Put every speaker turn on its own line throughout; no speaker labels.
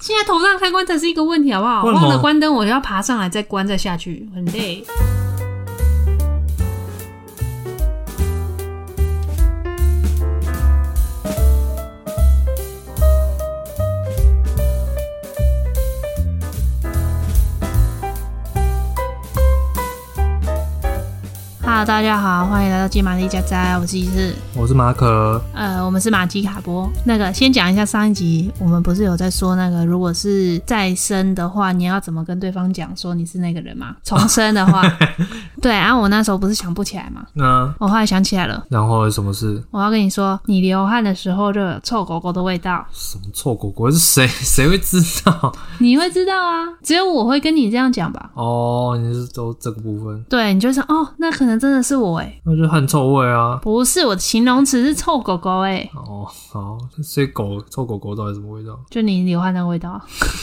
现在头上开关才是一个问题，好不好？
为什么
忘了关灯，我要爬上来再关再下去，很累。Hello，大家好，欢迎来到金玛丽家宅，我是一志。
我是马可，
呃，我们是马基卡波。那个先讲一下上一集，我们不是有在说那个，如果是再生的话，你要怎么跟对方讲说你是那个人 吗？重生的话，对。然、后我那时候不是想不起来嘛，
那
我后来想起来了，
然后有什么事？
我要跟你说，你流汗的时候就有臭狗狗的味道，
什么臭狗狗？是谁？ 谁会知道？
你会知道啊，只有我会跟你这样讲吧。
哦，你是都这个部分，
对，你就想哦，那可能真的是我诶、
那就汗臭味啊。
不是我的形容词是臭狗狗诶、
哦，好，所以狗臭狗狗到底什么味道？
就你流汗的味道，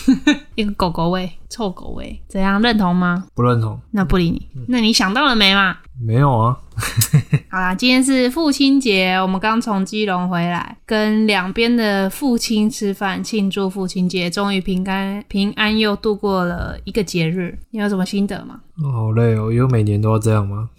一个狗狗味，臭狗味，怎样认同吗？
不认同？
那不理你。那你想到了没嘛？
没有啊。
好啦，今天是父亲节，我们刚从基隆回来，跟两边的父亲吃饭，庆祝父亲节，终于平安平安又度过了一个节日。你有什么心得吗？
哦好累哦，因为每年都要这样吗？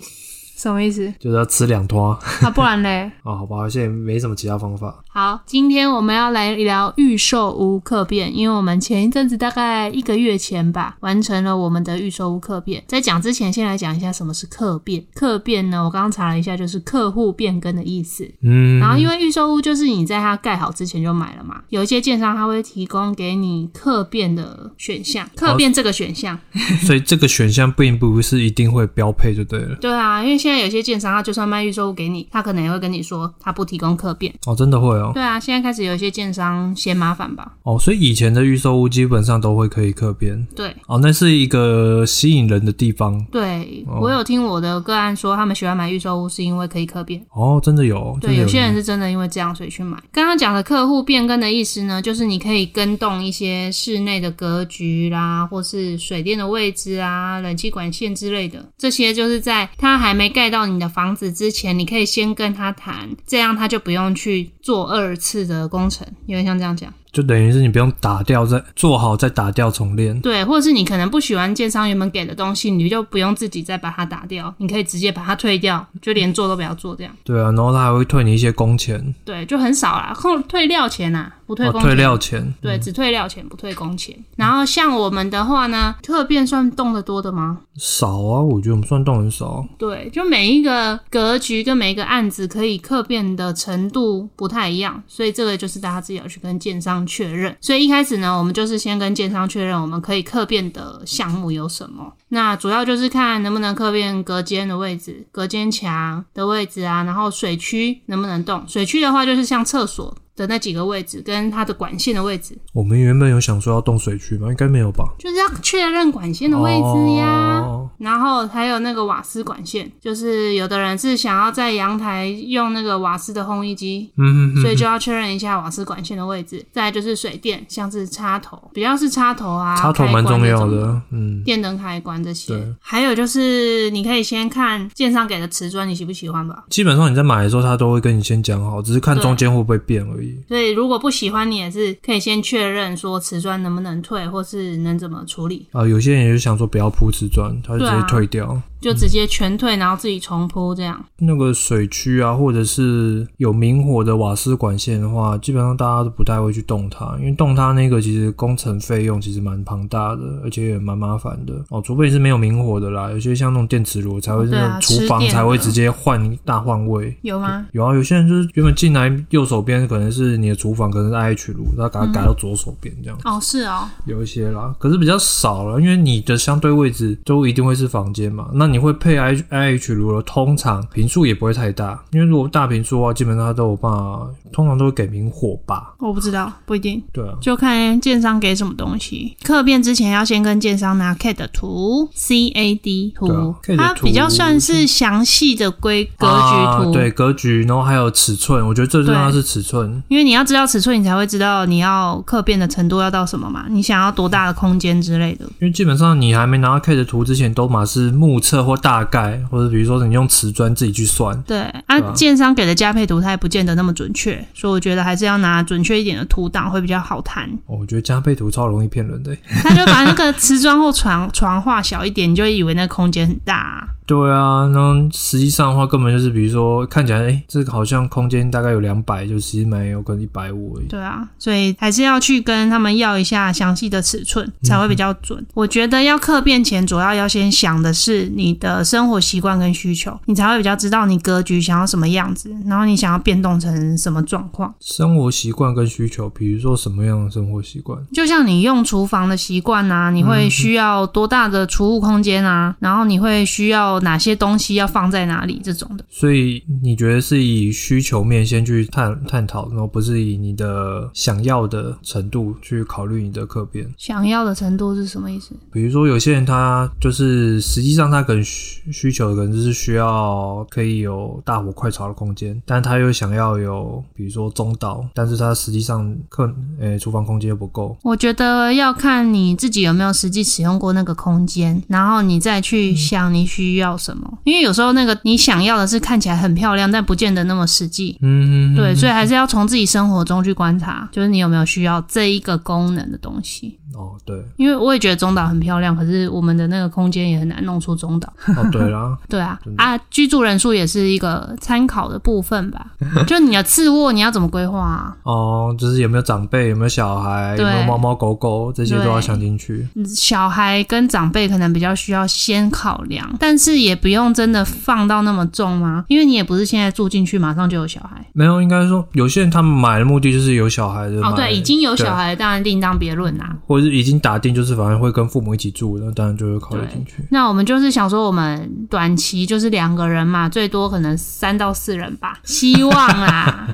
什么意思？
就是要吃两坨
啊，不然嘞？
哦，好吧，现在没什么其他方法。
好，今天我们要来聊预售屋客变，因为我们前一阵子大概一个月前吧，完成了我们的预售屋客变。在讲之前，先来讲一下什么是客变。客变呢，我刚刚查了一下，就是客户变更的意思。
嗯，
然后因为预售屋就是你在它盖好之前就买了嘛，有一些建商他会提供给你客变的选
哦
项，客变这个选项，
所以这个选项并不是一定会标配就对了。
对啊，因为现在有些建商他就算卖预售屋给你，他可能也会跟你说他不提供客变，
哦，真的会哦。
对啊，现在开始有一些建商嫌麻烦吧，
哦，所以以前的预售屋基本上都会可以客变。
对。
哦，那是一个吸引人的地方。
对，
哦
我有听我的个案说，他们喜欢买预售屋是因为可以客变。
哦，真的有，真
对，
的
有些人是真的因为这样所以去买。刚刚讲的客户变更的意思呢，就是你可以跟动一些室内的格局啦，或是水电的位置啊、冷气管线之类的，这些就是在他还没盖到你的房子之前，你可以先跟他谈，这样他就不用去做二次的工程，有点像这样讲。
就等于是你不用打掉再做好再打掉重练。
对，或者是你可能不喜欢建商原本给的东西，你就不用自己再把它打掉，你可以直接把它退掉，就连做都不要做这样。
对啊，然后他还会退你一些工钱，
对，就很少啦，扣退料钱啊，不退
哦
工、
退。料钱。
对，只退料钱不退工钱。然后像我们的话呢，客变算动得多的吗？
少啊，我觉得我们算动很少。
对，就每一个格局跟每一个案子可以客变的程度不太一样，所以这个就是大家自己要去跟建商确认。所以一开始呢，我们就是先跟建商确认我们可以客变的项目有什么。那主要就是看能不能客变隔间的位置、隔间墙的位置啊，然后水区能不能动。水区的话，就是像厕所的那几个位置跟它的管线的位置，
我们原本有想说要动水区吗？应该没有吧？
就是要确认管线的位置呀。
哦
然后还有那个瓦斯管线，就是有的人是想要在阳台用那个瓦斯的烘衣机，
嗯哼
所以就要确认一下瓦斯管线的位置。再来就是水电，像是插头，比较是插头啊，
插头蛮重要
开关这种，
的。嗯，
电灯开关这些
对。
还有就是你可以先看建商给的瓷砖，你喜不喜欢吧？
基本上你在买的时候，他都会跟你先讲好，只是看
对
中间会不会变而已。
所以如果不喜欢，你也是可以先确认说瓷砖能不能退，或是能怎么处理。
啊，有些人也就想说不要铺瓷砖，他就直
对
接
啊
退掉。
就直接全退，然后自己重铺这样。
那个水区啊，或者是有明火的瓦斯管线的话，基本上大家都不太会去动它，因为动它那个其实工程费用其实蛮庞大的，而且也蛮麻烦的哦。除非是没有明火的啦，有些像那种电磁炉才会
哦对
那
啊
种厨
吃
房
电的
才会直接换大换位。
有吗？
有啊，有些人就是原本进来右手边可能是你的厨房，可能是 IH 炉，他
嗯
把它改到左手边这样，
哦，是哦，
有一些啦，可是比较少了，因为你的相对位置都一定会是房间嘛。那你会配 I I H 炉了，通常频数也不会太大，因为如果大频数的话，基本上它都有办法，通常都会给明火吧。
我不知道，不一定。
对啊，
就看建商给什么东西。客变之前要先跟建商拿 CAD 的图，CAD 图，
对啊 CAD
它
图
比较算是详细的规格局图。
啊对格局，然后还有尺寸，我觉得最重要的是尺寸。
因为你要知道尺寸，你才会知道你要客变的程度要到什么嘛，你想要多大的空间之类的。
因为基本上你还没拿到 K 的图之前，都嘛是目测测或大概，或者比如说你用瓷砖自己去算，
对啊，建商给的加配图它也不见得那么准确，所以我觉得还是要拿准确一点的图档会比较好谈。
哦我觉得加倍图超容易骗人的欸。
他就把那个瓷砖或床床画小一点，你就会以为那空间很大啊、
对啊，然后实际上的话，根本就是比如说看起来，哎、这个好像空间大概有两百，就其实没有，可能一百五而已。
对啊，所以还是要去跟他们要一下详细的尺寸，才会比较准。我觉得要客变前，主要要先想的是你的生活习惯跟需求，你才会比较知道你格局想要什么样子，然后你想要变动成什么状况。
生活习惯跟需求，比如说什么样的生活习惯？
就像你用厨房的习惯啊，你会需要多大的储物空间啊，然后你会需要哪些东西要放在哪里这种的。
所以你觉得是以需求面先去探探讨，然后不是以你的想要的程度去考虑你的客变。
想要的程度是什么意思？
比如说有些人他就是实际上他可能需需求可能就是需要可以有大火快炒的空间，但他又想要有比如说中岛，但是他实际上客呃、厨房空间又不够，
我觉得要看你自己有没有实际使用过那个空间，然后你再去想你需要什么。因为有时候那个你想要的是看起来很漂亮，但不见得那么实际。
嗯，
对，所以还是要从自己生活中去观察，就是你有没有需要这一个功能的东西。
哦对，
因为我也觉得中岛很漂亮，可是我们的那个空间也很难弄出中岛。
哦对啦，
对啊，啊，居住人数也是一个参考的部分吧。就你的次卧你要怎么规划啊？
哦就是有没有长辈，有没有小孩，有没有
对
猫猫狗狗，这些都要想进去。
小孩跟长辈可能比较需要先考量，但是也不用真的放到那么重吗？因为你也不是现在住进去马上就有小孩。
没有，应该说有些人他们买的目的就是有小孩的，
哦，
买
对，已经有
对
小孩当然另当别论啊啦。
或者是已经打定就是反正会跟父母一起住，那当然就会考虑进去。
那我们就是想说，我们短期就是两个人嘛，最多可能三到四人 吧，希望啦，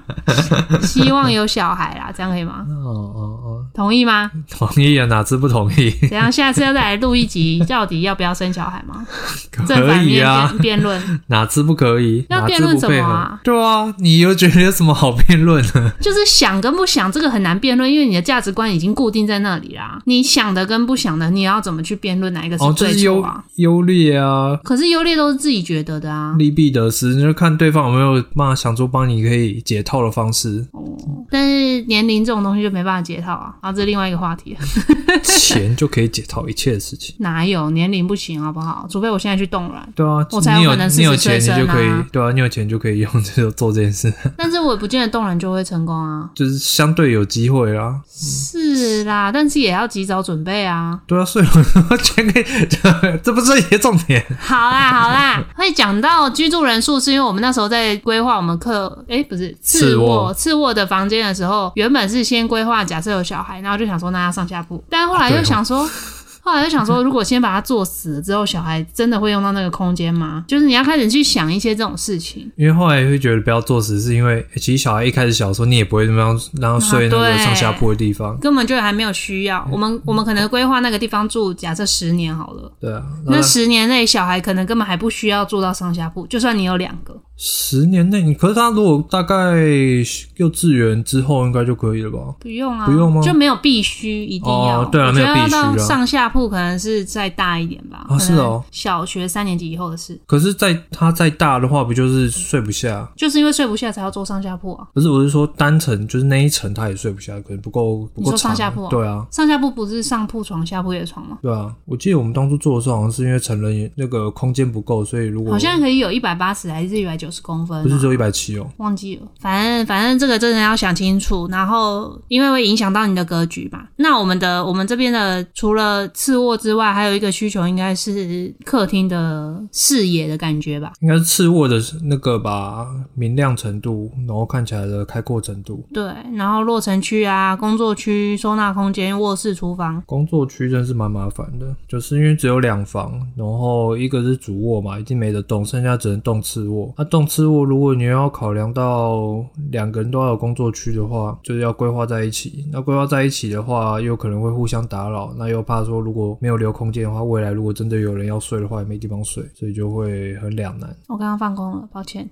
希望有小孩啦，这样可以吗？
哦哦
同意吗？
哦，同意啊，哪次不同意？
怎样？下次要再来录一集，到底要不要生小孩吗？正
可
反
以
面
啊
辩，辩论。
哪次不可以？
要
哪
辩
次
论
不
什么
配合？
啊
对啊，你又觉得有什么好辩论 呢？
就是想跟不想，这个很难辩论，因为你的价值观已经固定在那里啦。你想的跟不想的，你要怎么去辩论哪一个
哦，就
对
是
错
优
啊？
优劣啊，
可是优劣都是自己觉得的啊。
利弊得失，你就看对方有没有办法想出帮你可以解套的 方式。
但是年龄这种东西就没办法解套啊，啊，这是另外一个话题。
钱就可以解套一切的事情。
哪有年龄不行好不好？除非我现在去冻卵，
对啊，
我才有
你
可能
你有
40岁
钱你就可以
生啊，
对啊，你有钱就可以用 这个做这件事，
但是我也不见得冻卵就会成功啊。
就是相对有机会啦。
是啦，但是也要及早准备啊。
对啊，所以我钱可以， 这这不是一个重点。
好啦好啦，会讲到居住人数，是因为我们那时候在规划我们客，哎，不是
次
次
卧
卧次卧的房间的时候，原本是先规划假设有小孩，然后就想说那要上下铺，但后来
对
又
哦
想说。 后来又想说，如果先把它做死了之后，小孩真的会用到那个空间吗？就是你要开始去想一些这种事情。
因为后来会觉得不要做死，是因为欸其实小孩一开始小的时候，你也不会那么样让他睡那个
啊对
上下铺的地方。
根本就还没有需要。我们我们可能规划那个地方住，假设十年好了，
对啊，
那
那
十年内小孩可能根本还不需要住到上下铺，就算你有两个，
十年内，你可是他如果大概幼稚园之后，应该就可以了吧？
不用啊，
不用吗
就没有必须一定要。
哦对啊
我觉得
没有必须啊
要到上下铺可能是再大一点吧。
啊是哦，
小学三年级以后的事，
可是在他再大的话，不就是睡不下？
就是因为睡不下才要做上下铺啊。
不是，我是说单层，就是那一层他也睡不下，可能不够不
你
够
说
长。
上下铺哦
对啊，
上下铺不是上铺床，下铺也床吗？
对啊。我记得我们当初做的时候，好像是因为成人也那个空间不够，所以如果
好像可以有一百八十还是一百九十公分、啊，
不是只有一百七哦。
忘记了，反正反正这个真的要想清楚，然后因为会影响到你的格局嘛。那我们的我们这边的除了次卧之外，还有一个需求应该是客厅的视野的感觉吧。
应该是次卧的那个吧，明亮程度，然后看起来的开阔程度。
对，然后落成区啊、工作区、收纳空间、卧室、厨房，
工作区真是蛮麻烦的，就是因为只有两房，然后一个是主卧嘛，已经没得动，剩下只能动次卧。那、动次卧，如果你要考量到两个人都要有工作区的话，就是要规划在一起。那规划在一起的话，又可能会互相打扰，那又怕说如果没有留空间的话，未来如果真的有人要睡的话，也没地方睡，所以就会很两难。
我 刚刚放空了，抱歉。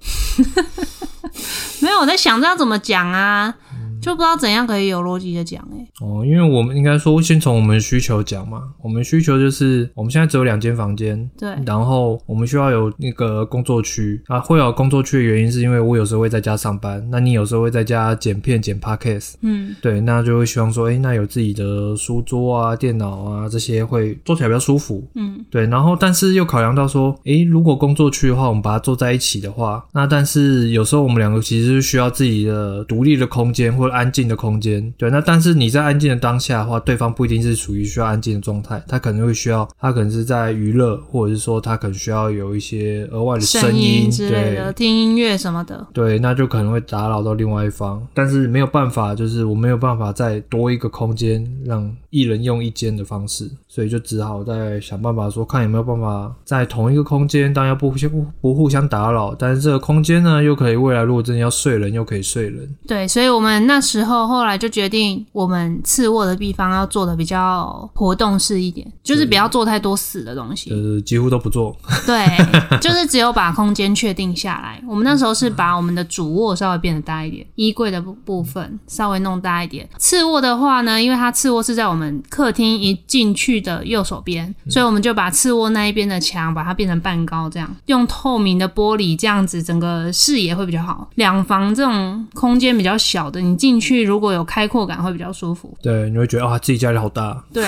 没有，我在想这要怎么讲啊？就不知道怎样可以有逻辑的讲哎、
哦，因为我们应该说先从我们的需求讲嘛，我们需求就是我们现在只有两间房间，
对
然后我们需要有那个工作区啊，会有工作区的原因是因为我有时候会在家上班，那你有时候会在家剪片、剪 podcast，
嗯，
对，那就会希望说，哎、那有自己的书桌啊、电脑啊这些会做起来比较舒服，
嗯，
对，然后但是又考量到说，哎、如果工作区的话，我们把它做在一起的话，那但是有时候我们两个其实是需要自己的独立的空间或者安静的空间，对，那但是你在安静的当下的话，对方不一定是处于需要安静的状态，他可能会需要，他可能是在娱乐，或者是说他可能需要有一些额外的
声
音，
音之类
对
的，听音乐什么的，
对，那就可能会打扰到另外一方，但是没有办法，就是我没有办法再多一个空间让一人用一间的方式，所以就只好再想办法说，看有没有办法在同一个空间，当然要不互相不不互相打扰，但是这个空间呢，又可以未来如果真的要睡人，又可以睡人。
对，所以我们那时候后来就决定，我们次卧的地方要做的比较活动式一点，就是不要做太多死的东西。
呃，几乎都不做，
对，就是只有把空间确定下来。我们那时候是把我们的主卧稍微变得大一点，衣柜的部部分稍微弄大一点。次卧的话呢，因为它次卧是在我们客厅一进去的右手边，所以我们就把次卧那一边的墙把它变成半高，这样用透明的玻璃，这样子整个视野会比较好。两房这种空间比较小的，你进去如果有开阔感会比较舒服。
对，你会觉得啊，自己家里好大，
对，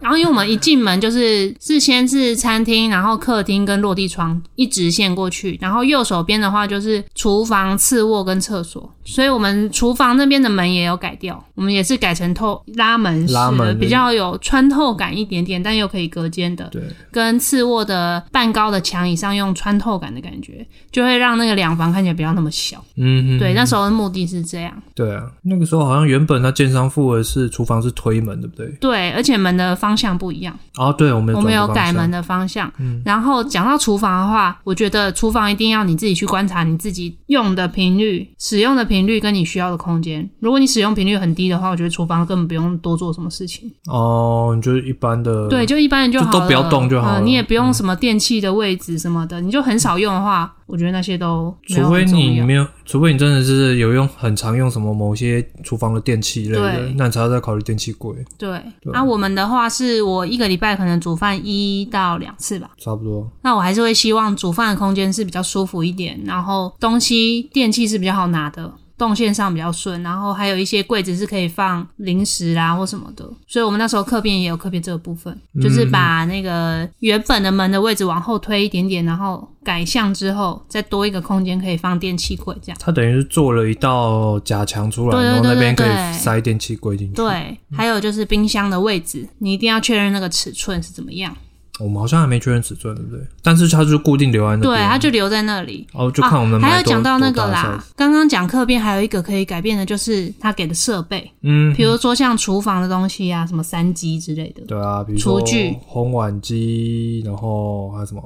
然后因为我们一进门就是是先是餐厅，然后客厅跟落地窗一直线过去，然后右手边的话就是厨房、次卧跟厕所，所以我们厨房那边的门也有改掉，我们也是改成透拉门式
拉门
的，
的
比较有穿透感一点点，但又可以隔间的，
对，
跟次卧的半高的墙以上用穿透感的感觉，就会让那个两房看起来不要那么小。
嗯哼，
对，那时候的目的是这样。
对啊，那个时候好像原本他建商付的是厨房是推门，对不对？
对，而且门的方向不一样。
哦，对，我们
我们有
转过方
改
向嗯
门，的方向。然后讲到厨房的话，我觉得厨房一定要你自己去观察你自己用的频率、使用的频率跟你需要的空间。如果你使用频率很低的话，我觉得厨房根本不用多做什么事情，
哦，你就是一般的，
对，就一般人就
就
好了，
都不要动就好
呃
了
你也不用什么电器的位置什么的，你就很少用的话，我觉得那些都没有
除非
很重
你
要
没有，除非你真的是有用很常用什么某些厨房的电器类的
对，
那你才要再考虑电器柜，
对。啊，我们的话是我一个礼拜可能煮饭一到两次吧。
差不多。
那我还是会希望煮饭的空间是比较舒服一点，然后东西电器是比较好拿的，动线上比较顺，然后还有一些柜子是可以放零食啦或什么的。所以我们那时候客变也有客变这个部分，就是把那个原本的门的位置往后推一点点，然后改向之后再多一个空间可以放电器柜这样。
它等于是做了一道假墙出来，
对对
然后那边可
对对
以塞电器柜进去。，
对，还有就是冰箱的位置，你一定要确认那个尺寸是怎么样。
我们好像还没确认尺寸，对不对？但是它就是固定留在那边。
对，它就留在那里。
哦，就看我们
啊、还
买
有
多
讲到那个，
多大的
啦
size，
刚刚讲客变还有一个可以改变的，就是他给的设备，
嗯，
比如说像厨房的东西啊，什么三机之类的，
对啊，比如说
厨具
烘碗机，然后还有什么？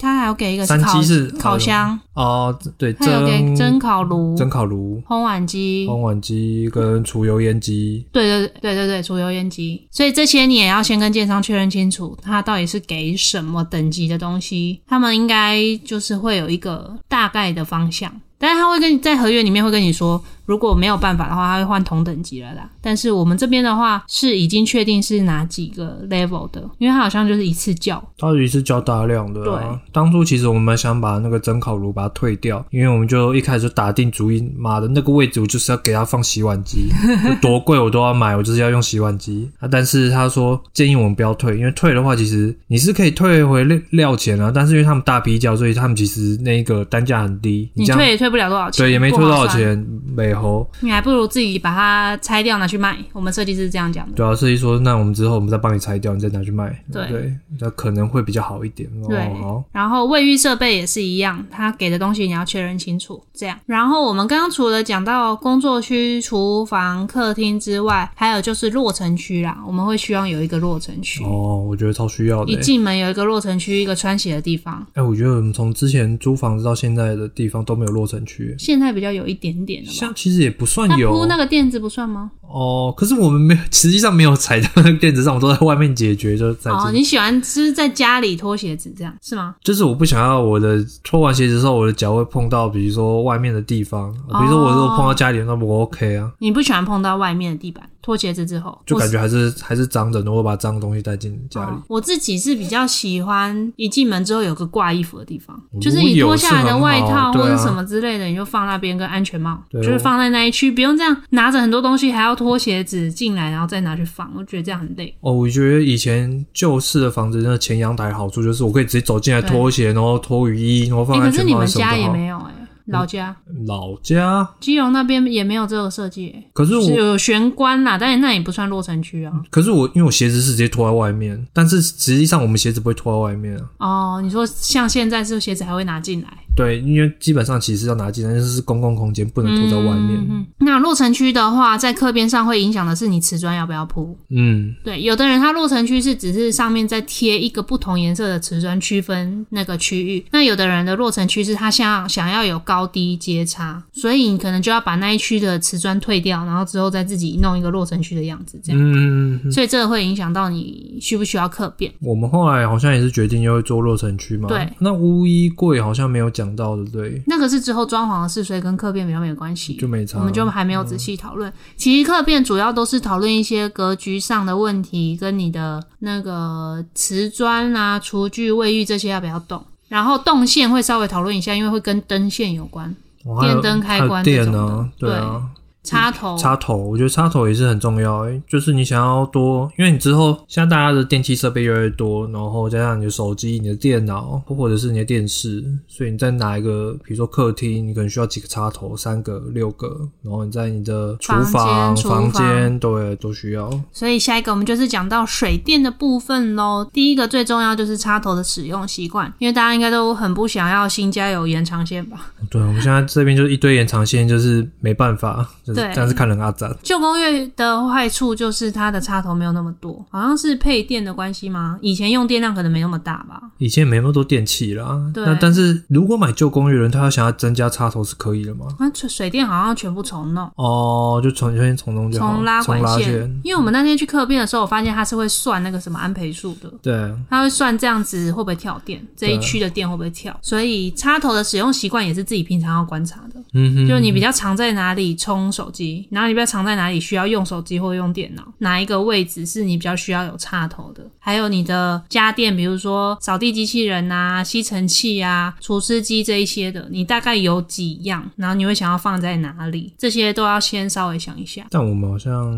他还有给一个
三
烤
机是
烤箱，
哦，对，
还有给
蒸
蒸烤炉、
蒸烤炉、
烘碗机。
烘碗机跟除油烟机。
对对对对对，除油烟机，所以这些你也要先跟建商确认清楚，他到底是给什么等级的东西，他们应该就是会有一个大概的方向，但是他会跟你在合约里面会跟你说，如果没有办法的话，他会换同等级了啦。但是我们这边的话是已经确定是哪几个 level 的，因为它好像就是一次叫，
它也是较大量的、啊。对，当初其实我们蛮想把那个蒸烤炉把它退掉，因为我们就一开始就打定主意，妈的那个位置我就是要给它放洗 碗机，就多贵我都要买，我就是要用洗碗机。啊，但是他说建议我们不要退，因为退的话其实你是可以退回料料钱啊，但是因为他们大批叫，所以他们其实那个单价很低，
你
这样
退也退不了多少钱，
对也没退
不
多
划
少
算，
钱，美猴。
你还不如自己把它拆掉拿去卖。我们设计师是这样讲的。
对啊，设计说那我们之后我们再帮你拆掉，你再拿去卖，
对
对，那可能会比较好一点。
对
哦，好，
然后卫浴设备也是一样，他给的东西你要确认清楚。这样，然后我们刚刚除了讲到工作区、厨房、客厅之外，还有就是落成区啦，我们会希望有一个落成区。
哦，我觉得超需要的
一
欸。
进门有一个落成区，一个穿鞋的地方，
哎、我觉得我们从之前租房子到现在的地方都没有落成区，
现在比较有一点点了嘛。
像其实也不算
啊那
有
铺那个垫子不算吗？
哦，可是我们没有，实际上没有踩到那个垫子上，我都在外面解决，就在
哦，
这。
你喜欢就是在家里脱鞋子这样是吗？
就是我不想要我的脱完鞋子之后，我的脚会碰到，比如说外面的地方，比如说我如果碰
哦
到家里，那我 OK 啊，
你不喜欢碰到外面的地板，脱鞋子之后
就
或
感
是
觉还是还是脏的，然后我把脏的东西带进家里
哦。我自己是比较喜欢一进门之后有个挂衣服的地方，
哦如
就是你
有
脱下来
是
的
很
外
好
套
对
或者
啊
什么之类的，你就放那边跟安全帽，就
对
是
我
放在那一区，不用这样拿着很多东西还要脱鞋子进来，然后再拿去放，我觉得这样很累。
哦，我觉得以前旧式的房子，那前阳台好处就是我可以直接走进来
对
脱鞋，然后脱雨衣，然后
哎、
放
可
安
是
全
你
帽
们
什么
家
的
也
好。
没有哎、老家
老家，
基隆那边也没有这个设计、欸，
可是
是
我
有玄关啦，但是那也不算落城区啊。
可是我因为我鞋子是直接脱在外面，但是实际上我们鞋子不会脱在外面啊。
哦，你说像现在是鞋子还会拿进来，
对，因为基本上其实要拿进来，就是公共空间不能脱在外面。
嗯嗯那落城区的话，在客边上会影响的是你瓷砖要不要铺。
嗯
对，有的人他落城区是只是上面再贴一个不同颜色的瓷砖区分那个区域，那有的人的落城区是他想想要有高低阶差，所以你可能就要把那一区的瓷砖退掉，然后之后再自己弄一个落城区的样子，这样。
嗯嗯嗯。
所以这个会影响到你需不需要客变。
我们后来好像也是决定要做落城区嘛。
对。
那乌衣柜好像没有讲到的，对，
那个是之后装潢的事，所以跟客变比较没有关系。
就没差。
我们就还没有仔细讨论。其实客变主要都是讨论一些格局上的问题，跟你的那个瓷砖啊、厨具、卫浴这些要不要动。然后动线会稍微讨论一下，因为会跟灯线有关，
哦还有
电灯开关
还有
这
电
种的
啊，对啊，
插头。
插头，我觉得插头也是很重要、欸。就是你想要多，因为你之后现在大家的电器设备越来越多，然后加上你的手机、你的电脑或者是你的电视，所以你在哪一个，比如说客厅，你可能需要几个插头，三个、六个，然后你在你的厨
房
房、
间厨
房
房
间，对，都需要。
所以下一个我们就是讲到水电的部分喽。第一个最重要就是插头的使用习惯，因为大家应该都很不想要新家有延长线吧？
对，我们现在这边就是一堆延长线，就是没办法，就是
对
但是看人阿展。
旧公寓的坏处就是它的插头没有那么多，好像是配电的关系吗？以前用电量可能没那么大吧？
以前也没那么多电器啦，
对
那但是如果买旧公寓的人，他要想要增加插头是可以的吗？
那水水电好像全部重弄，
哦，就重新从中就好，
重拉
重
管
拉
线。因为我们那天去客变的时候，我发现它是会算那个什么安培数的，
对，
它会算这样子会不会跳电，这一区的电会不会跳。所以插头的使用习惯也是自己平常要观察的，
嗯哼，
就是你比较常在哪里充手机，然后你比较常在哪里需要用手机或用电脑，哪一个位置是你比较需要有插头的，还有你的家电，比如说扫地机器人啊、吸尘器啊、除湿机这一些的，你大概有几样，然后你会想要放在哪里，这些都要先稍微想一下。
但我们好像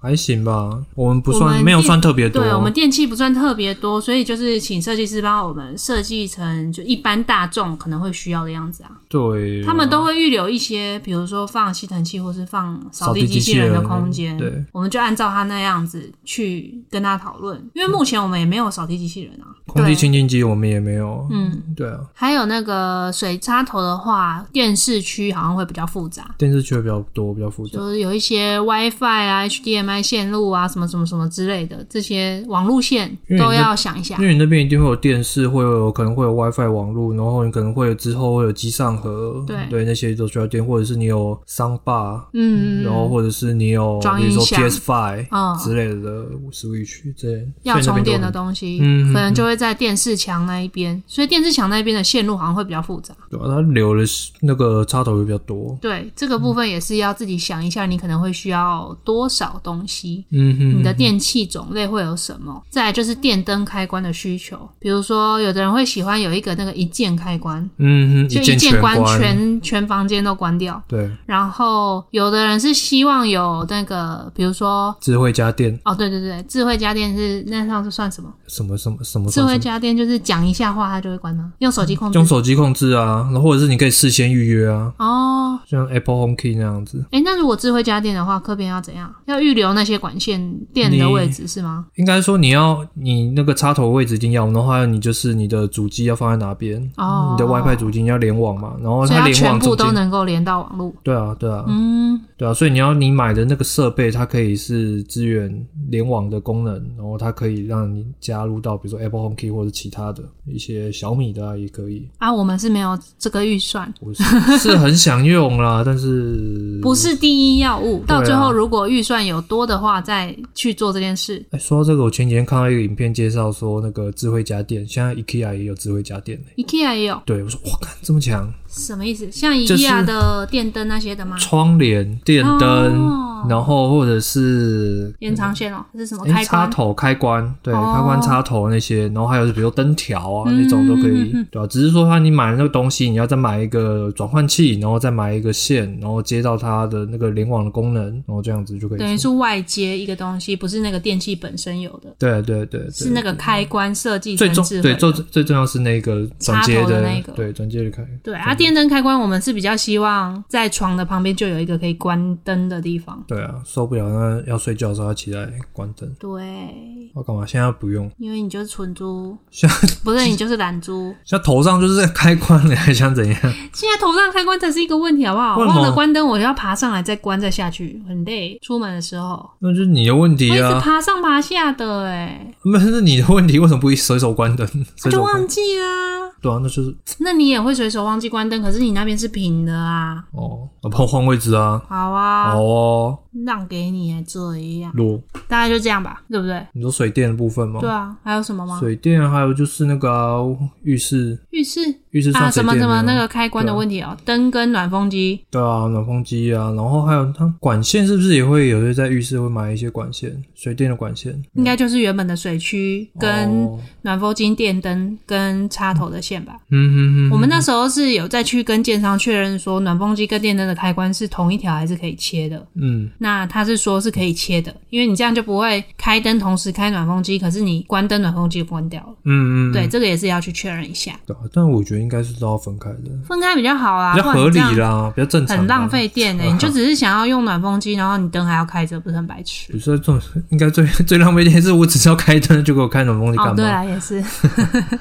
还行吧，我们不
我们
算
电
没有算特别多，
对我们电器不算特别多，所以就是请设计师帮我们设计成就一般大众可能会需要的样子啊。
对
他们都会预留一些，比如说放吸尘器或是放扫
扫
地
地
机
机
器
器
人的
人
空间，
对，
我们就按照他那样子去跟他讨论，因为目前我们也没有扫地机器人啊，
空
对
气清净机我们也没有，
嗯。
对啊，
还有那个水插头的话，电视区好像会比较复杂，
电视区会比较多，比较复杂。
就是有一些 WiFi 啊、HDMI 线路啊、什么什么什么之类的，这些网路线
因为
都
你
要想一下。
因为你那边一定会有电视，会有可能会有 WiFi 网络，然后你可能会有之后会有机上盒，
对
那些都需要电，或者是你有商霸，
嗯，
然后或者是你有
装
比如
音
说
响
PS Five
嗯
之类的 Switch 之类的，
要
所以
充
那边都
电的
很
东西，
嗯嗯
可能就会在电视墙那一边，所以电视墙那边的线路好像会比较复杂。
对啊，它留的是那个插头会比较多。
对，这个部
嗯
分也是要自己想一下，你可能会需要多少东西。
嗯哼，
你的电器种类会有什么？再来就是电灯开关的需求，比如说有的人会喜欢有一个那个一键开关，
嗯哼，
就
键
键
全
关全全房间都关掉。
对，
然后有的人是希望有那个，比如说
智慧家电
哦，对对对，智慧家电是那上是算什么？
什么什么什么
智慧
什么
家电就是讲一下话它就会关了，用手机控制
用。手机控制啊，然后或者是你可以事先预约啊，
哦，
像 Apple Home Key 那样子，
哎，那如果智慧家电的话，客变要怎样？要预留那些管线电的
你
位置是吗？
应该说你要你那个插头位置一定要，然后还有你就是你的主机要放在哪边，
哦
你的 WiFi 主机要联网嘛，然后
所以
它
要
联
全
网
部
中
都
间，
能够连到网络。
对啊对啊、
嗯，
对啊，所以你要你买的那个设备，它可以是支援联网的功能，然后它可以让你加入到比如说 Apple Home Key 或者其他的一些小米的啊也可以。嗯
啊，我们是没有这个预算。
我是是很想，因为用啦，但是
不是第一要务。到
对啊
最后，如果预算有多的话，再去做这件事。
哎，说到这个，我前几天看到一个影片介绍说，那个智慧家电，现在 IKEA 也有智慧家电嘞。
IKEA 也有
对，我说哇，看这么强，
什么意思？像
就是
IKEA 的电灯那些的吗？
窗帘、电灯，
哦
然后或者是
延长线哦，这是什么
诶
开
插
关？
头、开关，对，
哦
开关、插头那些，然后还有比如说灯条啊、
嗯
那种都可以
嗯嗯，
对吧、啊只是说它你买了那个东西，你要再买一个转换器，然后再买一个线，然后接到它的那个联网的功能，然后这样子就可以。
等于是外接一个东西，不是那个电器本身有的，
对对对对，
是那个开关设计
最
成
重
智慧
对
的。
最最重要是那个转接
插头的那个
对转接的开。
对啊，电灯开关我们是比较希望在床的旁边就有一个可以关灯的地方。
对啊，受不了，那要睡觉的时候要起来关灯。哦
对，
我干嘛？现在不用，
因为你就是蠢猪
像，
不是你就是懒猪。
像头上就是在开关，你还想怎样？
现在头上开关才是一个问题，好不好？
为什么
忘了关灯，我要爬上来再关再下去，很累。出门的时候，
那就是你的问
我
题
一直
啊，
爬上爬下的、欸，
那是你的问题，为什么不一随手关灯？
哎，
随
就
手关，
忘记啦。
对啊，那就是
那你也会随手忘记关灯，可是你那边是平的啊。
哦，我帮我换位置啊，
好啊，
好哦，
让给你还这样，
路，
大概就这样吧，对不对？
你说水电的部分吗？
对啊，还有什么吗？
水电还有就是那个啊、浴室，
浴室
浴室
啊，
算水
什么
电
什
的
么
啊
那个开关的问题哦，灯跟暖风机，
对啊，暖风机啊，然后还有它管线是不是也会有些在浴室会买一些管线，水电的管线
应该就是原本的水区跟
嗯哦
暖风机、电灯跟插头的线吧。
嗯哼哼，
我们那时候是有再去跟建商确认说，暖风机跟电灯的开关是同一条还是可以切的。
嗯，
那他是说是可以切的，因为你这样就不会开灯同时开暖风机，可是你关灯暖风机就关掉了。
嗯嗯，
对，这个也是要去确认一下，
对啊，但我觉得应该是都要分开的，
分开比较好啦，
比较
不然
合
你
理
这样
啦，比较正常，
很浪。费电呢、欸
嗯
你就只是想要用暖风机，然后你灯还要开着，不是很白痴？
比如说，这种应该最最浪费电是，我只是要开灯就给我开暖风机
哦，
干
对
嘛？
啊，也是。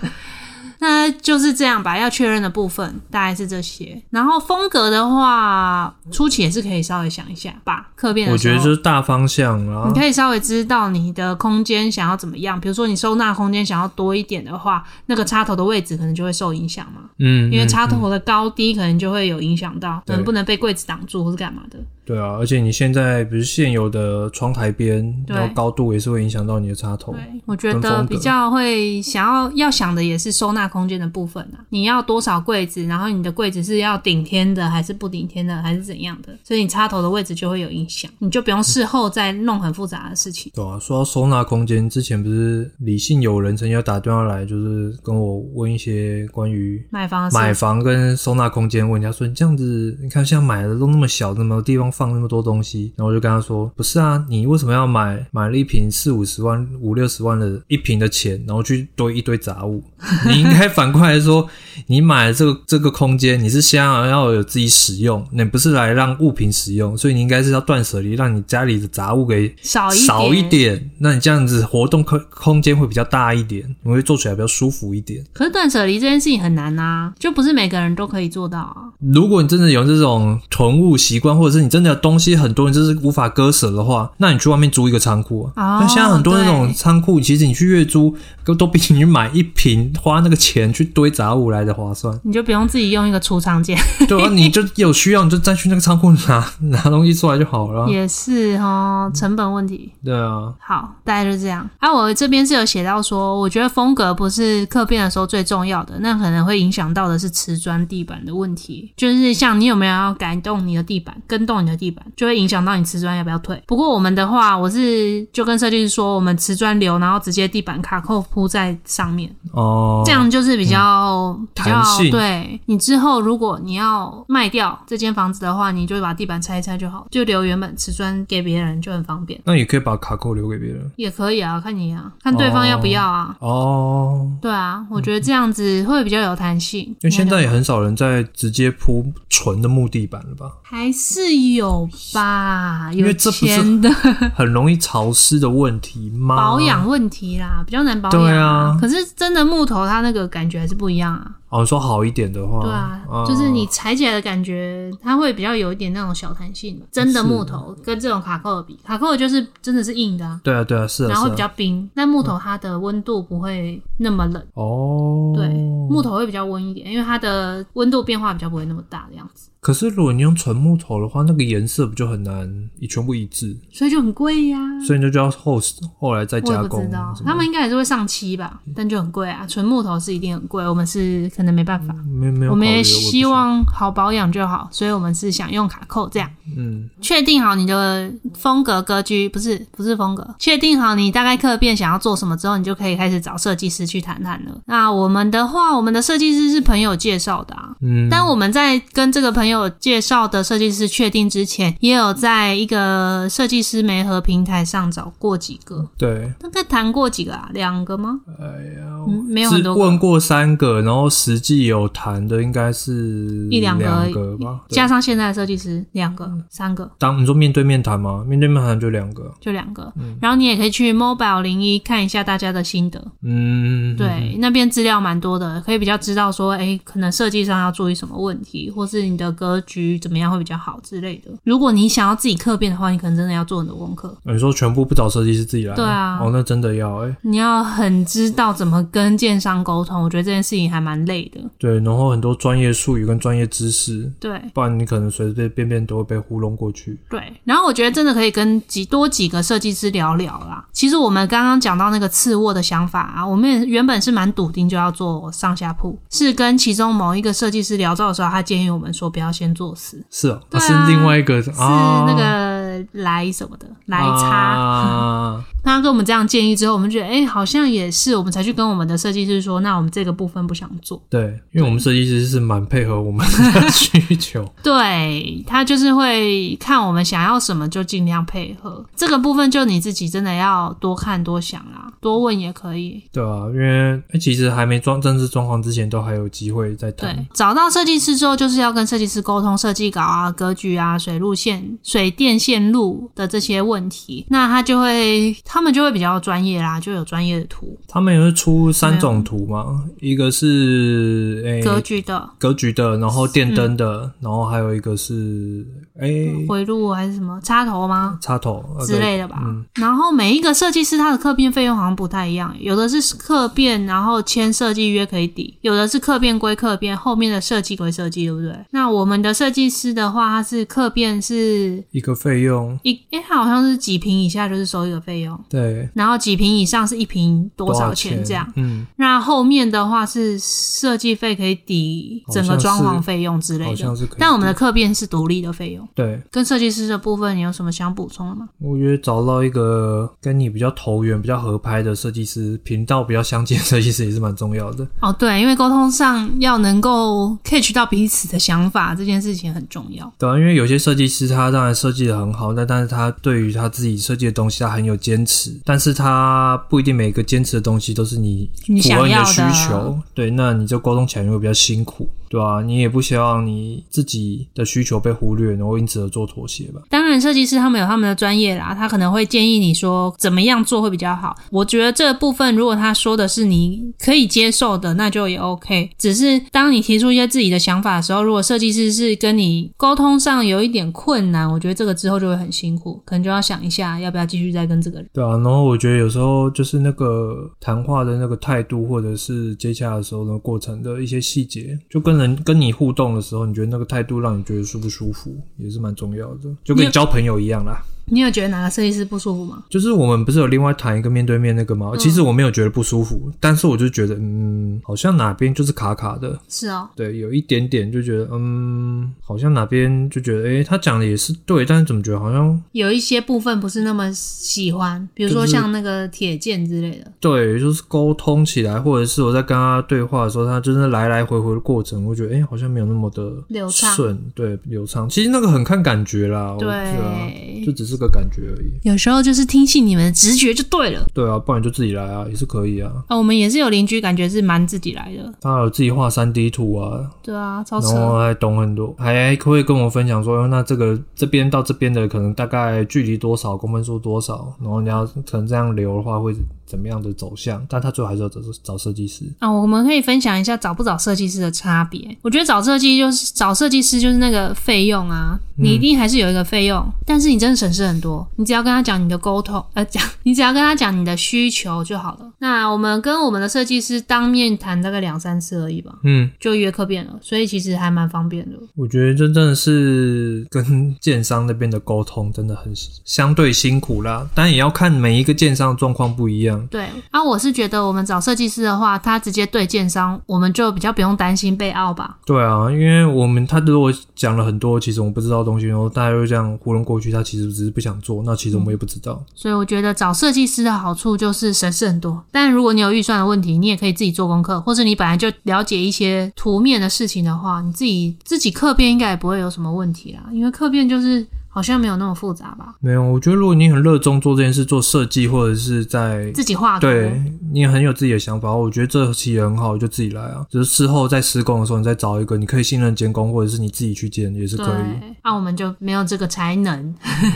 那就是这样吧，要确认的部分大概是这些。然后风格的话，初期也是可以稍微想一下吧，客变
我
的时
觉
候。
得就是啊大方向啦
你。可以稍微知道你的空间想要怎么样，比如说你收纳空间想要多一点的话，那个插头的位置可能就会受影响嘛，
嗯，
因为
嗯
插头的高低可能就会有影响到
对
能不能被柜子挡住或是干嘛的。
对啊，而且你现在比如现有的窗台边，
对
然后高度也是会影响到你的插头。
对，我觉
跟风
得
格
比较会想要要想的也是收纳空间的部分啊，你要多少柜子，然后你的柜子是要顶天的还是不顶天的，还是怎样的，所以你插头的位置就会有影响，你就不用事后再弄很复杂的事情。
对啊，说到收纳空间，之前不是理性友人曾经有打电话来，就是跟我问一些关于
买房的时候
买房跟收纳空间问题，他说你这样子，你看现在买的都那么小，怎么有地方放那么多东西？然后我就跟他说，不是啊，你为什么要买买了一瓶四五十万、五六十万的一瓶的钱，然后去堆一堆 杂物？你应该反过来说，你买这个这个空间，你是先要有自己使用，你不是来让物品使用，所以你应该是要断舍离，让你家里的杂物给
少一
少一
点，
点，那你这样子活动空空间会比较大一点，你会做起来比较舒服一点。
可是断舍离这件事情很难啊，就不是每个人都可以做到啊。
如果你真的有这种囤物习惯，或者是你真的有东西很多，你就是无法割舍的话，那你去外面租一个仓库啊。
哦
那现在很多那种
对。
仓库，其实你去月租都都比你买一瓶花那个钱去堆杂物来的划算
你就不用自己用一个储藏间，
对啊，你就有需要你就再去那个仓库拿 拿东西出来就好了啊。
也是哦，成本问题。
对啊，
好，大概就这样。啊，我这边是有写到说，我觉得风格不是客变的时候最重要的，那可能会影响到的是瓷砖地板的问题，就是像你有没有要改动你的地板，跟动你的地板，就会影响到你瓷砖要不要退。不过我们的话，我是就跟设计师说，我们瓷砖留，然后直接地板卡扣铺在上面，
哦、嗯
这样就是比较、比较
弹性
对你之后，如果你要卖掉这间房子的话，你就把地板拆一拆就好，就留原本瓷砖给别人就很方便。
那也可以把卡扣留给别人。
也可以啊，看你啊，看对方要不要啊。
哦，
对啊，我觉得这样子会比较有弹性。
嗯因为现在也很少人在直接铺纯的木地板了吧？
还是有吧，
因
有
为这不是
钱 的
很容易潮湿的问题吗？
保养问题啦，比较难保养。
对啊
可是真的木头它那个感觉还是不一样啊。
哦，你说好一点的话，
对啊，
嗯
就是你踩起来的感觉，它会比较有一点那种小弹性。真的木头跟这种卡扣的比，卡扣的就是真的是硬的啊、
对啊，对啊，是啊，
然后会
是啊
比较冰。但木头它的温度不会那么冷。
哦，
对木头会比较温一点，因为它的温度变化比较不会那么大的样子，
可是如果你用纯木头的话，那个颜色不就很难以全部一致，
所以就很贵呀、
所以你就要后后来再
我也
加
不
工
知道
什，么。嗯
他们应该也是会上漆吧，但就很贵啊。纯木头是一定很贵，我们是可能没办法。
没嗯没有
我
考虑
们
的，
也
也不是
希望好保养就好，所以我们是想用卡扣这样。
嗯，
确定好你的风格格局，不是不是风格，确定好你大概客变想要做什么之后，你就可以开始找设计师去谈谈了。那我们的话，我们的设计师是朋友介绍的啊。
嗯
但我们在跟这个朋友介绍的设计师确定之前，也有在一个设计师媒合平台上找过几个，
对，
大概谈过几个啊？两个吗？
哎呀，
嗯，没有
是
很多
问
个，
过三个，然后实际有谈的应该是
一两
两
个而已
个吧。对
加上现在的设计师两个、三个，
当你说面对面谈吗？面对面谈就两个，
就两个。然后你也可以去 Mobile 零一看一下大家的心得，
嗯，
对，那边资料蛮多的，可以比较知道说，哎，可能设计上要注意什么问题，或是你的格局怎么样会比较好之类的。如果你想要自己刻变的话，你可能真的要做很多功课，
哦。你说全部不找设计师自己来？
对啊
哦，那真的要哎、
你要很知道怎么跟建商沟通。我觉得这件事情还蛮累的，
对，然后很多专业术语跟专业知识，
对
不然你可能随随便便都会被糊弄过去。
对。然后我觉得真的可以跟几多几个设计师聊聊啦。其实我们刚刚讲到那个次卧的想法啊，我们也原本是蛮笃定就要做上下铺，是跟其中某一个设计师聊到的时候，他建议我们说不要先做死。
是哦，
对啊
是另外一个啊是
是那个来什么的来插，
啊、
他跟我们这样建议之后，我们觉得哎、诶好像也是，我们才去跟我们的设计师说，那我们这个部分不想做。
对，因为我们设计师是蛮配合我们的需 求。
对他就是会看我们想要什么就尽量配合，这个部分就你自己真的要多看多想啦，多问也可以。
对啊，因为、欸其实还没装正式装潢之前，都还有机会再谈。
对，找到设计师之后，就是要跟设计师沟通设计稿啊、格局啊、水路线、水电线路的这些问题，那他就会，他们就会比较专业啦，就有专业的图、
他们也会出三种图嘛，一个是诶、
格局的
格局的，然后电灯的，然后还有一个是诶、
回路还是什么插头吗？
插头
嗯
呃
之
对
类的吧，然后每一个设计师他的客变费用好像不太一样，有的是客变，然后签设计约可以抵；有的是客变归客变，后面的设计归设计，对不对？那我们的设计师的话，他是客变是
一个费用，
一，诶，他好像是几平以下就是收一个费用，
对，
然后几平以上是一平多
少
少钱这样。？
嗯，
那后面的话是设计费可以抵整个
好像是
装潢费用之类
好
的
像，是可以。
但我们的客变是独立的费用。
对，
跟设计师的部分，你有什么想补充的吗？
我觉得找到一个跟你比较投缘、比较合拍的设计师，频道比较相近的设计师也是蛮重要的。
哦，对，因为沟通上要能够 catch 到彼此的想法，这件事情很重要。
对啊，因为有些设计师他当然设计的很好，但但是他对于他自己设计的东西他很有坚持，但是他不一定每个坚持的东西都是你
你
符
想
合你
要
的
的
需求，对，那你就沟通起来会比较辛苦，对吧、你也不希望你自己的需求被忽略，然后因此而做妥协吧。
当然，设计师他们有他们的专业啦，他可能会建议你说怎么样做会比较好。我觉得这部分如果他说的是你可以接受的，那就也 OK。只是当你提出一些自己的想法的时候，如果设计师是跟你沟通上有一点困难，我觉得这个之后就会很辛苦，可能就要想一下要不要继续再跟这个人。
对啊，然后我觉得有时候就是那个谈话的那个态度，或者是接洽的时候的过程的一些细节，就跟人跟你互动的时候，你觉得那个态度让你觉得舒不舒服，也是蛮重要的，就跟
你
你交朋友一样啦。
你有觉得哪个设计师不舒服吗？
就是我们不是有另外谈一个面对面那个吗？其实我没有觉得不舒服，但是我就觉得，嗯，好像哪边就是卡卡的，
是哦，
对，有一点点就觉得，嗯，好像哪边就觉得，诶、他讲的也是对，但是怎么觉得好像
有一些部分不是那么喜欢，比如说像那个铁剑之类的。
对，就是沟通起来，或者是我在跟他对话的时候，他真的来来回回的过程，我觉得，诶、好像没有那么的
流畅
顺，对，流畅。其实那个很看感觉啦，我觉得啊，
对，
就只是个感觉而已。
有时候就是听信你们的直觉就对了。
对啊，不然就自己来啊，也是可以啊。
啊，我们也是有邻居，感觉是蛮自己来的。
他有自己画三 D 图啊，
对啊，超
然
扯。
后还懂很多，还会跟我分享说，哦那这个这边到这边的可能大概距离多少，公分数多少，然后你要可能这样留的话会怎么样的走向？但他最后还是要找找设计师。
啊，我们可以分享一下找不找设计师的差别。我觉得找嗯设计就是找设计师就是那个费用啊，你一定还是有一个费用，但是你真的省事师很多，你只要跟他讲你的沟通，呃， 讲你只要跟他讲你的需求就好了。那我们跟我们的设计师当面谈大概两三次而已吧，
嗯，
就约客变了，所以其实还蛮方便的。
我觉得这真的是跟建商那边的沟通真的很相对辛苦啦，但也要看每一个建商的状况不一样。
对，啊，我是觉得我们找设计师的话，他直接对建商，我们就比较不用担心被傲吧。
对啊，因为我们他如果讲了很多其实我们不知道的东西，然后大家就这样糊弄过去，他其实只是不想做，那其实我们也不知道。
所以我觉得找设计师的好处就是省事很多。但如果你有预算的问题，你也可以自己做功课，或是你本来就了解一些图面的事情的话，你自己自己客变应该也不会有什么问题啦，因为客变就是好像没有那么复杂吧，
没有，我觉得如果你很热衷做这件事，做设计或者是在
自己画图。
对你很有自己的想法，我觉得这其实也很好，就自己来啊。只是事后在施工的时候，你再找一个你可以信任的监工，或者是你自己去监也是可以。
对，啊那、我们就没有这个才能，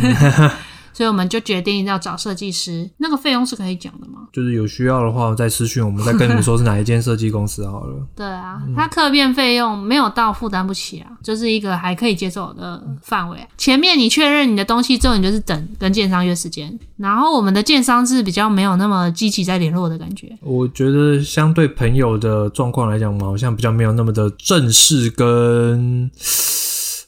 所以我们就决定要找设计师。那个费用是可以讲的吗？
就是有需要的话再私讯我们，再跟你们说是哪一间设计公司好了。
对啊，
嗯
它客变费用没有到负担不起啊，就是一个还可以接受的范围。前面你确认你的东西之后，你就是等跟建商约时间，然后我们的建商是比较没有那么积极在联络的感觉。
我觉得相对朋友的状况来讲，我们好像比较没有那么的正式跟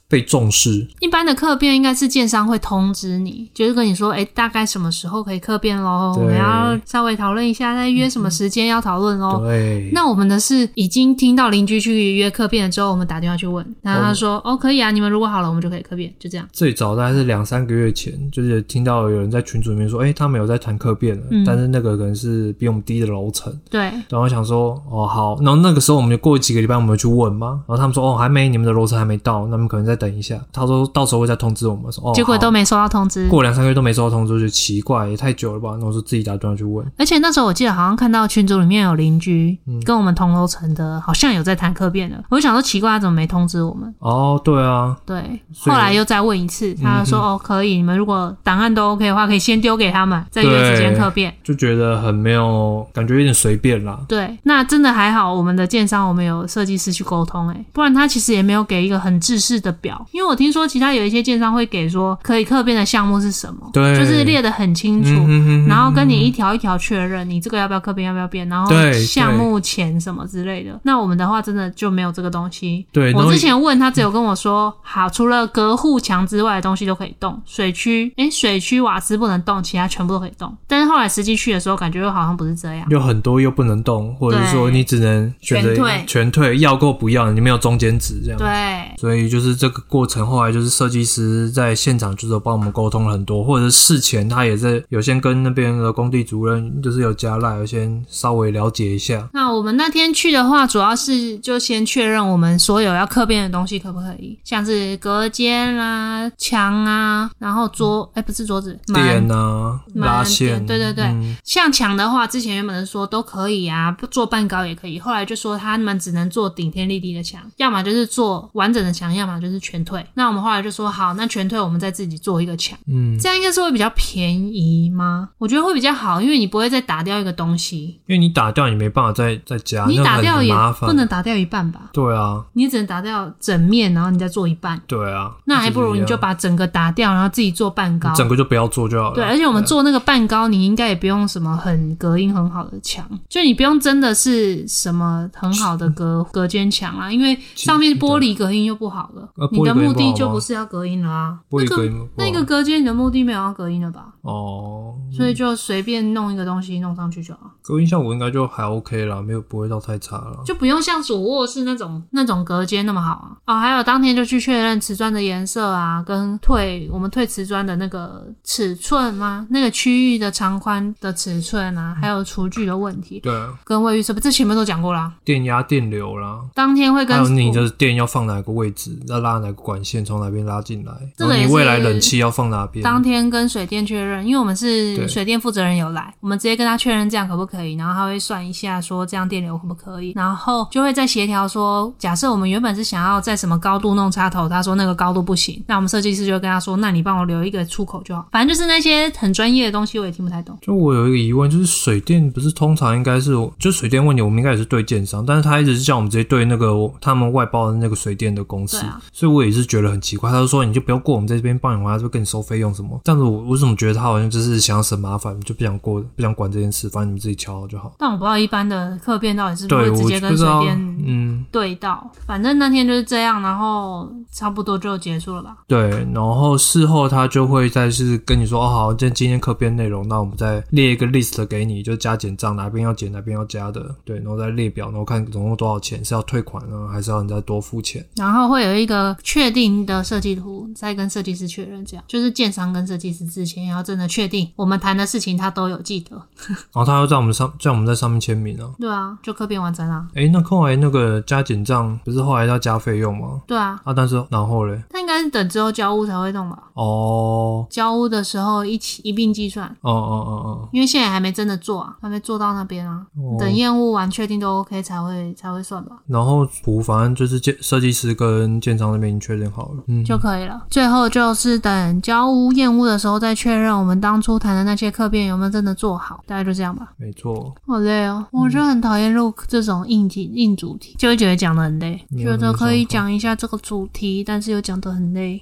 被重视。
一般的客变应该是建商会通知你，就是跟你说，哎、大概什么时候可以客变喽，
对
我们要稍微讨论一下，再约什么时间要讨论
嗯
喽。
对，
哦那我们的是已经听到邻居去约客变了之后，我们打电话去问，然后他说哦可以啊，你们如果好了，我们就可以客变，就这样。
最早大概是两三个月前，就是听到有人在群组里面说，哎、他们有在谈客变了，
嗯
但是那个可能是比我们低的楼层。
对，
然后想说，哦好，然后那个时候我们过几个礼拜我们去问嘛，然后他们说，哦还没，你们的楼层还没到，那你们可能再等一下。他说到时候会再通知我们，我说哦，
结果
好
都没收到通知。
过两三个月都没收到通知，就觉得奇怪，也太久了吧？那我就自己打电话去问，
而且那时候我记得好像看到群组里面有邻居
嗯
跟我们同楼层的，好像有在谈客变的，我就想说奇怪，他怎么没通知我们？
哦对啊，
对，
所以嗯
后来又再问一次，他说、哦可以，你们如果档案都 OK 的话，可以先丢给他们，再约时间客变。
就觉得很没有感觉，有点随便啦。
对，那真的还好，我们的建商我们有设计师去沟通、欸，不然他其实也没有给一个很制式的表，因为我听说其他有一些建商会给说可以客变的项目是什么，
对
就是列得很清楚，
嗯哼哼
然后跟你一条一条确认，你这个要不要客变，要不要变，然后
对
项目钱什么之类的。那我们的话真的就没有这个东西。
对，然
我
后
之前问他，只有跟我说，好，除了隔护墙之外的东西都可以动，水区，诶，水区瓦斯不能动，其他全部都可以动。但是后来实际去的时候，感觉又好像不是这样。
有很多又不能动，或者是说
对
你只能选择
全退
全退，要够不要，你没有中间值这样。
对，
所以就是这个过程，后来就是设计师在现场就是有帮我们沟通了很多，或者是事前他也在有先跟那边的工地主任就是有加赖，有先稍微了解一下。
那我们那天去的话，主要是就先确认我们所有要客变的东西可不可以，像是隔间啦、墙啊，然后桌，哎、不是桌子，门
电啊，
蛮
拉
电
线，
对对对
嗯
像墙的话，之前原本是说都可以啊，做半高也可以，后来就说他们只能做顶天立地的墙，要么就是做完整的墙，要么就是全退。那我们后来就说好，那全退我们再自己做一个墙，
嗯，
这样应该是会比较便宜吗？我觉得会比较好，因为你不会再打掉一个东西，
因为你打掉你没办法再再加，
你
那
打
很
掉
很
也
麻烦，
不能打掉一半吧，
对啊，
你只能打掉整面，然后你再做一半。
对啊，
那还不如你
是
就
一样
把整个打掉，然后自己做半高
你。整个就不要做就好了。嗯
对，而哎且我们做那个半高，你应该也不用什么很隔音很好的墙，就你不用真的是什么很好的隔隔间墙啊，因为上面玻璃隔音又不好了
呃，
你的
玻璃隔音
目的
不好
就
吗
不是要隔音了啊。
玻璃隔音
那个
不好
那个隔间，你的目的没有要隔音了吧？
哦，
所以就随便弄一个东西弄上去就好，
隔音效果应该就还 OK 啦，没有不会到太差了。
就不用像主卧室那种那种隔间那么好啊。哦，还有当天就去确认瓷砖的颜色啊，跟退我们退瓷砖的那个尺寸吗？那个区域的长宽的尺寸啊，还有厨具的问题。
对啊，
跟卫浴设备，这前面都讲过啦。
电压、电流啦，
当天会
还
跟
有你的电要放哪个位置，要拉哪个管线，从哪边拉进来，
这
然
个
后
也
你
是
未来冷气要放哪边。
当天跟水电确认，因为我们是
对
水电负责人有来，我们直接跟他确认这样可不可以，然后他会算一下说这样电流可不可以，然后就会再协调说，假设我们原本是想要在什么高度弄插头，他说那个高度不行，那我们设计师就会跟他说，那你帮我留一个出口就好。反正就是那些很专业的东西，我也听不太懂。
就我有一个疑问，就是水电不是通常应该是就水电问题，我们应该也是对建商，但是他一直是叫我们直接对那个他们外包的那个水电的公司，
对啊
所以我也是觉得很奇怪，他就说你就不要过我们在这边帮你玩，他就跟你收费用什么。但是我我怎么觉得他好像就是想要省麻烦，就不想过不想管这件事，反正你们自己瞧好就好。
但我不知道一般的客变到底是不
对，
是
我
会直接
就不
跟
知
水
道，
电
嗯，
对到。反正那天就是这样，然后差不多就结束了吧。
对，然后事后他就会再是跟你说，哦，好，这今天课编内容，那我们再列一个 list 给你，就加减账，哪边要减，哪边要加的，对，然后再列表，然后看总共多少钱，是要退款呢，还是要人家多付钱？
然后会有一个确定的设计图，再跟设计师确认，这样就是建商跟设计师之前要真的确定我们谈的事情，他都有记得。
然后哦他又在我们上，叫我们在上面签名啊。
对啊，就客变完成啦。
诶，那后来那个加减账不是后来要加费用吗？
对啊，
啊，但是然后嘞，
那应该是等之后交屋才会弄吧？
哦，
交屋的时候一起一并计算，
哦哦哦
因为现在还没真的做啊，还没做到那边啊。
哦，
等验屋完确定都 OK 才会才会算吧，
然后图反正就是建设计师跟建商那边已经确定好了，嗯，
就可以了。最后就是等交屋验屋的时候再确认我们当初谈的那些客变有没有真的做好，大概就这样吧。
没错。
好累哦，我就很讨厌录这种硬题硬主题，就会觉得讲的很累，
你有
觉
什么
得可以
想法
讲一下这个主题，但是又讲的很累，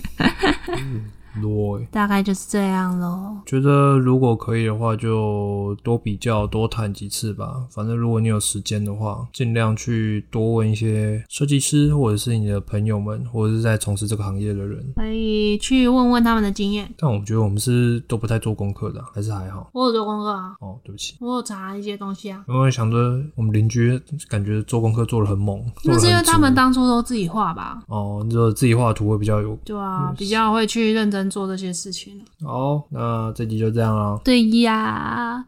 对。
大概就是这样咯。
觉得如果可以的话，就多比较、多谈几次吧。反正如果你有时间的话，尽量去多问一些设计师，或者是你的朋友们，或者是在从事这个行业的人。
可以去问问他们的经验。
但我觉得我们是都不太做功课的啊，还是还好。
我有做功课啊，
哦，对不起，
我有查一些东西啊。
因为想着我们邻居感觉做功课做的很猛，
那
做得
是因为
很足
他们当初都自己画吧？
哦，你说自己画图会比较有。
对啊，
Yes
比较会去认真做这些事情。啊
好，哦那这集就这样啦。
对呀，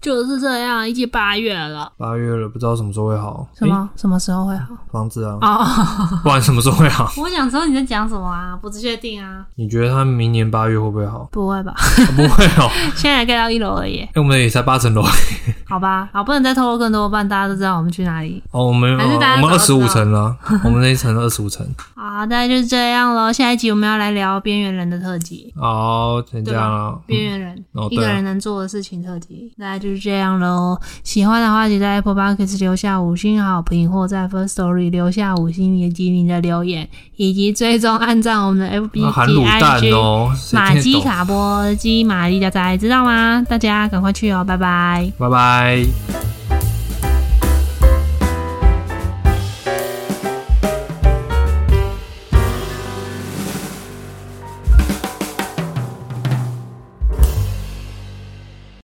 就是这样，已经八月了，
八月了，不知道什么时候会好。
什么、什么时候会好？
诶？房子啊，
哦，
不然什么时候会好？
我想说你在讲什么啊？不确定啊，
你觉得他明年八月会不 会好？
不会吧？
不会哦。
现在盖到一楼而已。
哎因为我们也才八层楼，
好吧，好，不能再透露更多，不然大家都知道我们去哪里。
哦，我们
还是大家
我们
早
二
知
十
道
五层了，我们那一层二十五层。
好，大概就是这样喽。下一集我们要来聊边缘人的特辑，
好，哦先这样了。
边缘人、
哦，
一
对
个
啊
人能做的事情特辑，大概就是这样喽。喜欢的话，请在 Apple Podcast 留下五星好评，或在 First Story 留下五星以及你的留言，以及追踪按赞我们的 FB 及
那含卤蛋
IG、
哦，谁
马
听得
基
懂？
卡波基玛丽家宅，知道吗？大家赶快去哦，拜拜。
拜拜。